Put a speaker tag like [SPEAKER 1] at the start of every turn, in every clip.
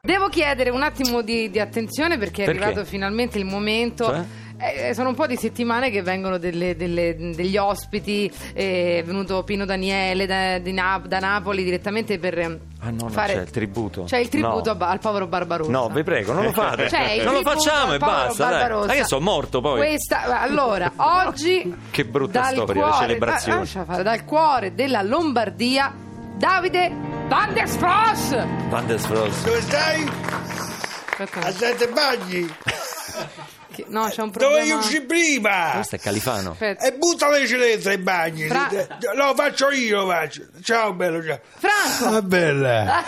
[SPEAKER 1] Devo chiedere un attimo di, di attenzione perché è
[SPEAKER 2] Perché?
[SPEAKER 1] arrivato finalmente il momento.
[SPEAKER 2] Cioè?
[SPEAKER 1] Eh, sono un po' di settimane che vengono delle- delle- degli ospiti, eh, è venuto Pino Daniele da, di Na- da Napoli direttamente per eh,
[SPEAKER 2] Ah no, no,
[SPEAKER 1] fare...
[SPEAKER 2] c'è il tributo.
[SPEAKER 1] C'è il tributo
[SPEAKER 2] No.
[SPEAKER 1] a Ba- al povero Barbarossa.
[SPEAKER 2] No, vi prego, non lo fate.
[SPEAKER 1] C'è Cioè, il
[SPEAKER 2] non lo
[SPEAKER 1] tributo
[SPEAKER 2] facciamo
[SPEAKER 1] al
[SPEAKER 2] e
[SPEAKER 1] povero
[SPEAKER 2] basta. Dai.
[SPEAKER 1] Barbarossa.
[SPEAKER 2] Ma io sono morto poi.
[SPEAKER 1] Questa, allora, oggi...
[SPEAKER 2] Che brutta
[SPEAKER 1] dal
[SPEAKER 2] storia, le
[SPEAKER 1] cuore,
[SPEAKER 2] celebrazioni.
[SPEAKER 1] da- lascia fare, dal cuore della Lombardia, Davide Van der Spross.
[SPEAKER 2] Van der Spross.
[SPEAKER 3] Dove stai?
[SPEAKER 1] Aspetta,
[SPEAKER 3] A sette bagni.
[SPEAKER 1] che- no, c'è un problema.
[SPEAKER 3] Dovevi uscire prima.
[SPEAKER 2] Questo è Califano.
[SPEAKER 1] Aspetta.
[SPEAKER 3] E butta le cilette ai bagni. Eh,
[SPEAKER 1] Fra-
[SPEAKER 3] Lo faccio io, lo faccio. Ciao bello, ciao.
[SPEAKER 1] Franco!
[SPEAKER 3] Ah, bella.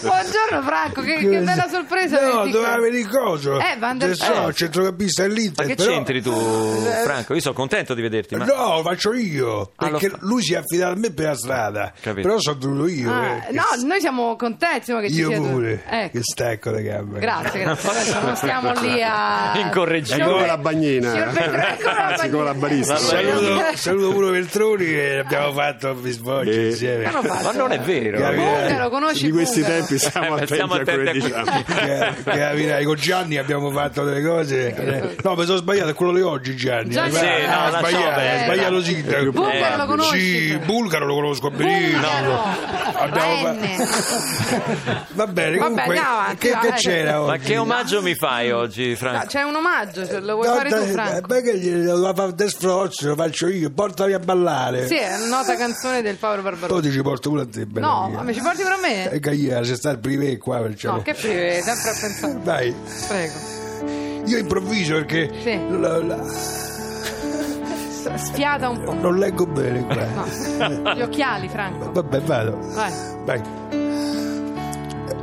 [SPEAKER 1] Buongiorno Franco, che, che bella sorpresa.
[SPEAKER 3] No,
[SPEAKER 1] vedi
[SPEAKER 3] doveva
[SPEAKER 1] qua.
[SPEAKER 3] venire il coso.
[SPEAKER 1] Eh, Van der
[SPEAKER 3] Del so,
[SPEAKER 1] Eh.
[SPEAKER 3] centrocampista
[SPEAKER 2] Ma
[SPEAKER 3] dell'Inter.
[SPEAKER 2] che
[SPEAKER 3] però- Eh,
[SPEAKER 2] c'entri tu, Franco? Io sono contento di vederti, ma
[SPEAKER 3] No, lo faccio io.
[SPEAKER 2] Ah, lo
[SPEAKER 3] Perché
[SPEAKER 2] fa-
[SPEAKER 3] lui si è affidato a me per la strada.
[SPEAKER 2] Capito.
[SPEAKER 3] Però sono venuto io.
[SPEAKER 1] Ah,
[SPEAKER 3] eh.
[SPEAKER 1] no, noi siamo contenti insomma, che ci
[SPEAKER 3] Io
[SPEAKER 1] sia tu.
[SPEAKER 3] pure.
[SPEAKER 1] Ecco.
[SPEAKER 3] Che stacco le gambe.
[SPEAKER 1] Grazie, grazie. Adesso non stiamo lì a
[SPEAKER 2] Incorreggibile.
[SPEAKER 1] Signor-
[SPEAKER 4] Ancora la bagnina.
[SPEAKER 1] signor Petro, ancora la
[SPEAKER 4] Anzi, ancora la
[SPEAKER 1] bagnina.
[SPEAKER 4] barista.
[SPEAKER 3] Saluto, saluto pure Veltroni che abbiamo fatto a
[SPEAKER 4] Eh.
[SPEAKER 3] Bisbocci insieme.
[SPEAKER 1] Cosa hanno fatto?
[SPEAKER 2] ma non è vero.
[SPEAKER 3] Grazie.
[SPEAKER 1] Bungaro, conosci
[SPEAKER 4] Di questi
[SPEAKER 1] Bungaro?
[SPEAKER 4] tempi siamo
[SPEAKER 2] Eh,
[SPEAKER 4] attenti
[SPEAKER 2] stiamo
[SPEAKER 4] a quello che
[SPEAKER 2] attenti a
[SPEAKER 4] diciamo.
[SPEAKER 3] Che- che la verità, con Gianni abbiamo fatto delle cose. eh, No, mi sono sbagliato, è quello di oggi Gianni.
[SPEAKER 1] Gianni-
[SPEAKER 3] Eh,
[SPEAKER 1] Sì,
[SPEAKER 3] ah,
[SPEAKER 1] no,
[SPEAKER 3] è
[SPEAKER 2] lasciamo
[SPEAKER 3] sbagliato,
[SPEAKER 1] perdere. Eh,
[SPEAKER 3] è sbagliato sindaco.
[SPEAKER 1] Bulgaro lo conosci?
[SPEAKER 3] Sì, Bulgaro lo conosco benissimo.
[SPEAKER 1] Bungaro.
[SPEAKER 3] Abbiamo fa-
[SPEAKER 1] N.
[SPEAKER 3] Va bene,
[SPEAKER 1] Vabbè,
[SPEAKER 3] comunque,
[SPEAKER 1] andiamo avanti,
[SPEAKER 3] che, che
[SPEAKER 1] vai.
[SPEAKER 3] c'era oggi?
[SPEAKER 2] Ma che omaggio mi fai oggi,
[SPEAKER 1] Ah,
[SPEAKER 2] Franco?
[SPEAKER 1] C'è un omaggio, se lo vuoi
[SPEAKER 3] No,
[SPEAKER 1] fare tu
[SPEAKER 3] dai,
[SPEAKER 1] Franco?
[SPEAKER 3] perché eh, gli- la parte sfrozzo lo faccio io, portami a ballare.
[SPEAKER 1] Sì, è una nota canzone del Paolo Barbarossa.
[SPEAKER 3] Poi ti ci porto pure a te. bella
[SPEAKER 1] No,
[SPEAKER 3] mia.
[SPEAKER 1] ma mi ci porti per me?
[SPEAKER 3] E Gaia, se sta il privé qua, perciò.
[SPEAKER 1] No, che prive, sempre a pensare.
[SPEAKER 3] Dai,
[SPEAKER 1] Prego.
[SPEAKER 3] io improvviso perché
[SPEAKER 1] Sì.
[SPEAKER 3] la- la-
[SPEAKER 1] Sfiata un po'.
[SPEAKER 3] non leggo bene qua.
[SPEAKER 1] No. Gli occhiali, Franco.
[SPEAKER 3] Vabbè, vado.
[SPEAKER 1] Vai.
[SPEAKER 3] Vai.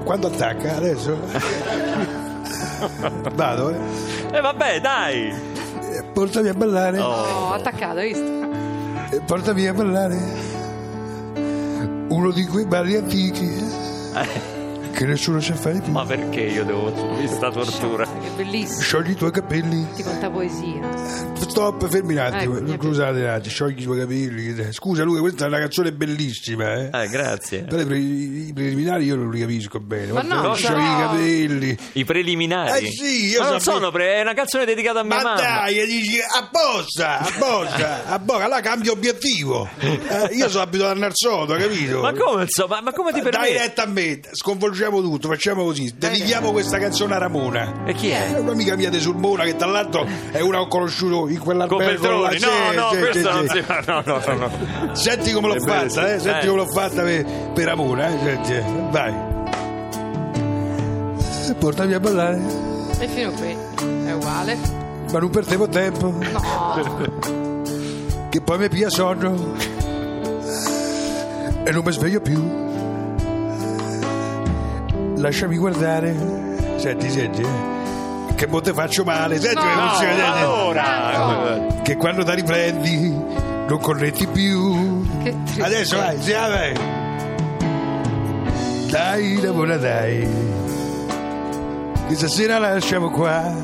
[SPEAKER 3] Quando attacca adesso? vado, eh.
[SPEAKER 2] E vabbè, dai.
[SPEAKER 3] Portami a ballare.
[SPEAKER 1] Oh, attaccato, hai visto?
[SPEAKER 3] Eh, Portami a ballare. Uno di quei balli antichi eh,
[SPEAKER 1] Eh.
[SPEAKER 3] che nessuno sa fare più.
[SPEAKER 2] Ma perché io devo questa tortura?
[SPEAKER 1] Che bellissimo.
[SPEAKER 3] Sciogli i tuoi capelli.
[SPEAKER 1] Ti conta poesia.
[SPEAKER 3] Stop, fermi un attimo.
[SPEAKER 1] Ecco, mi è
[SPEAKER 3] Scusate un attimo, sciogli i tuoi capelli. Scusa, lui, questa è una canzone bellissima, eh.
[SPEAKER 2] Eh, grazie.
[SPEAKER 3] Però i, pre- i preliminari io non li capisco bene.
[SPEAKER 1] Ma no,
[SPEAKER 3] sciogli
[SPEAKER 1] no.
[SPEAKER 3] i capelli.
[SPEAKER 2] I preliminari.
[SPEAKER 3] Eh sì, io
[SPEAKER 2] ma non
[SPEAKER 3] sapevo-
[SPEAKER 2] sono pre- è una canzone dedicata a mia
[SPEAKER 3] Ma
[SPEAKER 2] mamma.
[SPEAKER 3] dai, dici apposta, apposta, apposta, allora cambio obiettivo. Eh, io sono abituato al Narsoto, capito?
[SPEAKER 2] Ma come insomma, ma come ti
[SPEAKER 3] oh. Dai
[SPEAKER 2] permetti?
[SPEAKER 3] retta a me, sconvolgiamo tutto, facciamo così, dedichiamo questa canzone a Ramona.
[SPEAKER 2] E chi
[SPEAKER 3] Eh,
[SPEAKER 2] è?
[SPEAKER 3] Un'amica mia di Sulmona che tra l'altro è una che ho conosciuto in quell'albergo là.
[SPEAKER 2] Copertroni. No,
[SPEAKER 3] Sì,
[SPEAKER 2] no,
[SPEAKER 3] sì,
[SPEAKER 2] questo
[SPEAKER 3] sì,
[SPEAKER 2] non
[SPEAKER 3] sì.
[SPEAKER 2] si fa. No, no, no, no.
[SPEAKER 3] Senti come l'ho
[SPEAKER 4] bene,
[SPEAKER 3] fatta, eh? senti
[SPEAKER 2] Eh.
[SPEAKER 3] come l'ho fatta per, per Ramona, eh? senti, vai. Portami a ballare,
[SPEAKER 1] E fino qui. È uguale.
[SPEAKER 3] ma non perdevo tempo,
[SPEAKER 1] No.
[SPEAKER 3] che poi mi pia sonno e non mi sveglio più. Lasciami guardare, senti, senti, eh? che mo te faccio male, senti
[SPEAKER 1] No,
[SPEAKER 3] come funziona, senti.
[SPEAKER 1] Franco,
[SPEAKER 3] che quando la riprendi non corretti più.
[SPEAKER 1] Che triste.
[SPEAKER 3] Adesso vai, sì, vai. Dai, lavora, dai. Che stasera lasciamo qua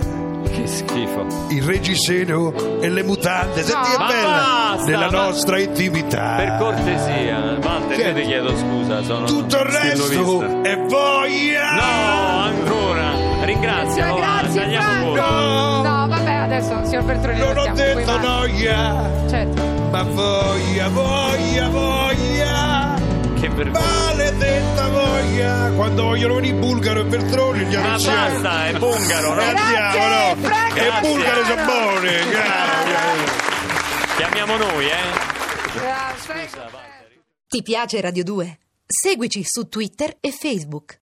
[SPEAKER 3] Eh,
[SPEAKER 2] Che schifo.
[SPEAKER 3] il reggiseno e le mutande. Senti che
[SPEAKER 1] Ma
[SPEAKER 3] bella!
[SPEAKER 2] basta,
[SPEAKER 3] nella
[SPEAKER 2] ma-
[SPEAKER 3] nostra intimità.
[SPEAKER 2] Per cortesia, Walter, io
[SPEAKER 3] Certo.
[SPEAKER 2] ti chiedo scusa, sono
[SPEAKER 3] Tutto il
[SPEAKER 2] Stillo
[SPEAKER 3] resto è voglia!
[SPEAKER 2] No, ancora. Ringraziamo,
[SPEAKER 1] Grazie,
[SPEAKER 2] va, tagliamo
[SPEAKER 1] Franco.
[SPEAKER 2] voi.
[SPEAKER 3] No,
[SPEAKER 1] No, vabbè, adesso, signor Petrolini,
[SPEAKER 3] Non ho detto noia,
[SPEAKER 1] Certo.
[SPEAKER 3] ma voglia, voglia, voglia!
[SPEAKER 2] Che vergogna.
[SPEAKER 3] Maledetta voglia! Quando vogliono venire Bulgaro e Bertroni gli
[SPEAKER 2] Ma
[SPEAKER 3] annunziamo!
[SPEAKER 2] basta, è bungaro,
[SPEAKER 3] E
[SPEAKER 2] no?
[SPEAKER 3] andiamo, no?
[SPEAKER 1] Franco
[SPEAKER 3] E
[SPEAKER 2] Grazie.
[SPEAKER 3] Bulgaro sono buoni! grazie.
[SPEAKER 2] Chiamiamo noi, eh.
[SPEAKER 1] Grazie.
[SPEAKER 5] Ti piace Radio 2? Seguici su Twitter e Facebook.